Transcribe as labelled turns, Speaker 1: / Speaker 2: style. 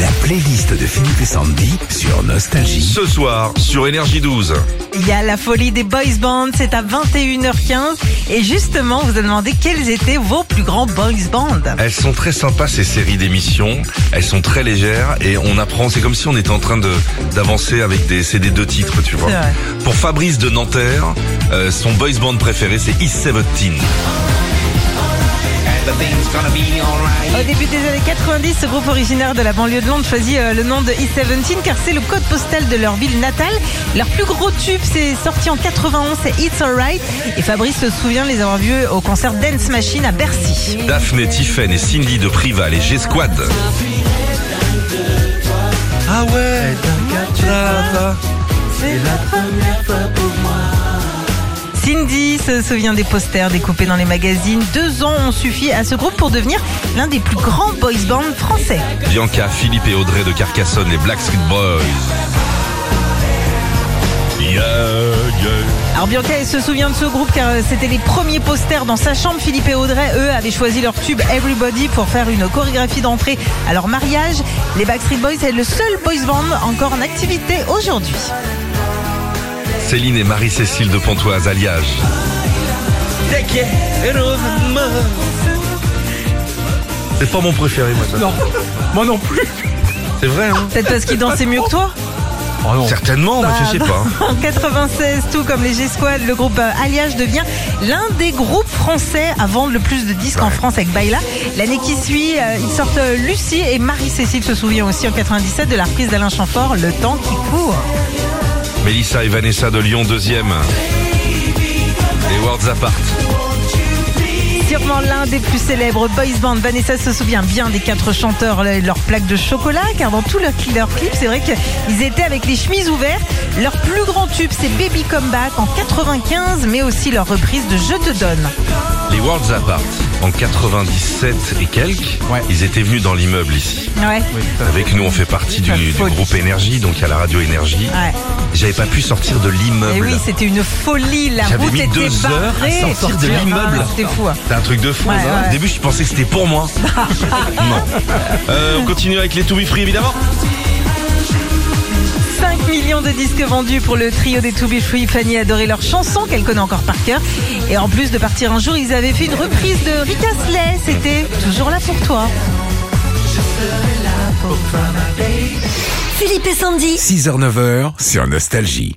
Speaker 1: La playlist de Philippe et Sandy sur Nostalgie.
Speaker 2: Ce soir, sur Énergie 12.
Speaker 3: Il y a la folie des boys bands, c'est à 21h15. Et justement, on vous a demandé quels étaient vos plus grands boys bands.
Speaker 2: Elles sont très sympas, ces séries d'émissions. Elles sont très légères et on apprend. C'est comme si on était en train de d'avancer avec des CD deux titres, tu vois.
Speaker 3: C'est vrai.
Speaker 2: Pour Fabrice de Nanterre, euh, son boys band préféré, c'est East 17.
Speaker 4: Everything's gonna be alright.
Speaker 3: Au début des années 90, ce groupe originaire de la banlieue de Londres choisit euh, le nom de East 17 car c'est le code postal de leur ville natale. Leur plus gros tube, c'est sorti en 91, c'est It's Alright. Et Fabrice se souvient les avoir vus au concert Dance Machine à Bercy.
Speaker 2: Daphné, Tiffen et Cindy de Prival et G-Squad. Ah ouais,
Speaker 3: Cindy se souvient des posters découpés dans les magazines. Deux ans ont suffi à ce groupe pour devenir l'un des plus grands boys bands français.
Speaker 2: Bianca, Philippe et Audrey de Carcassonne, les Black Street Boys. Yeah, yeah.
Speaker 3: Alors Bianca elle se souvient de ce groupe car euh, c'était les premiers posters dans sa chambre. Philippe et Audrey, eux, avaient choisi leur tube Everybody pour faire une chorégraphie d'entrée à leur mariage. Les Backstreet Boys est le seul boys band encore en activité aujourd'hui.
Speaker 2: Céline et Marie-Cécile de Pontoise, alliage. C'est pas mon préféré, moi, ça.
Speaker 5: Moi non plus.
Speaker 2: C'est vrai, hein
Speaker 3: Peut-être parce qu'ils dansaient mieux que toi
Speaker 5: Oh non.
Speaker 2: Certainement, mais je sais
Speaker 5: Bah,
Speaker 2: pas. hein.
Speaker 3: En 96, tout comme les G-Squad, le groupe euh, Alliage devient l'un des groupes français à vendre le plus de disques en France avec Baila. L'année qui suit, euh, ils sortent euh, Lucie et Marie-Cécile se souvient aussi en 97 de la reprise d'Alain Chamfort, Le temps qui court.
Speaker 5: bah.
Speaker 2: Mélissa et Vanessa de Lyon, deuxième. Et Worlds Apart.
Speaker 3: Sûrement l'un des plus célèbres boys band. Vanessa se souvient bien des quatre chanteurs et de leur plaque de chocolat, car dans tous leurs leur clips, c'est vrai qu'ils étaient avec les chemises ouvertes. Leur plus grand tube, c'est Baby Comeback en 95, mais aussi leur reprise de Je te donne.
Speaker 2: Les Worlds Apart, en 97 et quelques,
Speaker 5: Ouais.
Speaker 2: ils étaient venus dans l'immeuble ici.
Speaker 3: Ouais.
Speaker 2: Avec nous, on fait partie du,
Speaker 3: Une
Speaker 2: du
Speaker 3: folie.
Speaker 2: groupe Énergie, donc à la radio Énergie.
Speaker 3: Ouais.
Speaker 2: J'avais pas pu sortir de
Speaker 3: Et
Speaker 5: Eh
Speaker 2: l'immeuble.
Speaker 3: oui, c'était une folie. La
Speaker 2: J'avais
Speaker 3: route
Speaker 2: mis
Speaker 3: était
Speaker 2: deux heures à
Speaker 3: barrée.
Speaker 2: sortir de
Speaker 3: C'était-
Speaker 2: l'immeuble.
Speaker 3: C'était fou. hein.
Speaker 2: C'est un truc de fou.
Speaker 3: Ouais,
Speaker 2: hein.
Speaker 3: ouais.
Speaker 2: Au début, je pensais que c'était pour moi. non. Euh, on continue avec les To Be Free, évidemment.
Speaker 3: 5 millions de disques vendus pour le trio des To Be Free. Fanny adorait leurs chansons qu'elle connaît encore par cœur. Et en plus de partir un jour, ils avaient fait une reprise de Rita Slay. C'était toujours là pour toi.
Speaker 6: Philippe et Sandy.
Speaker 1: 6h-9h sur Nostalgie.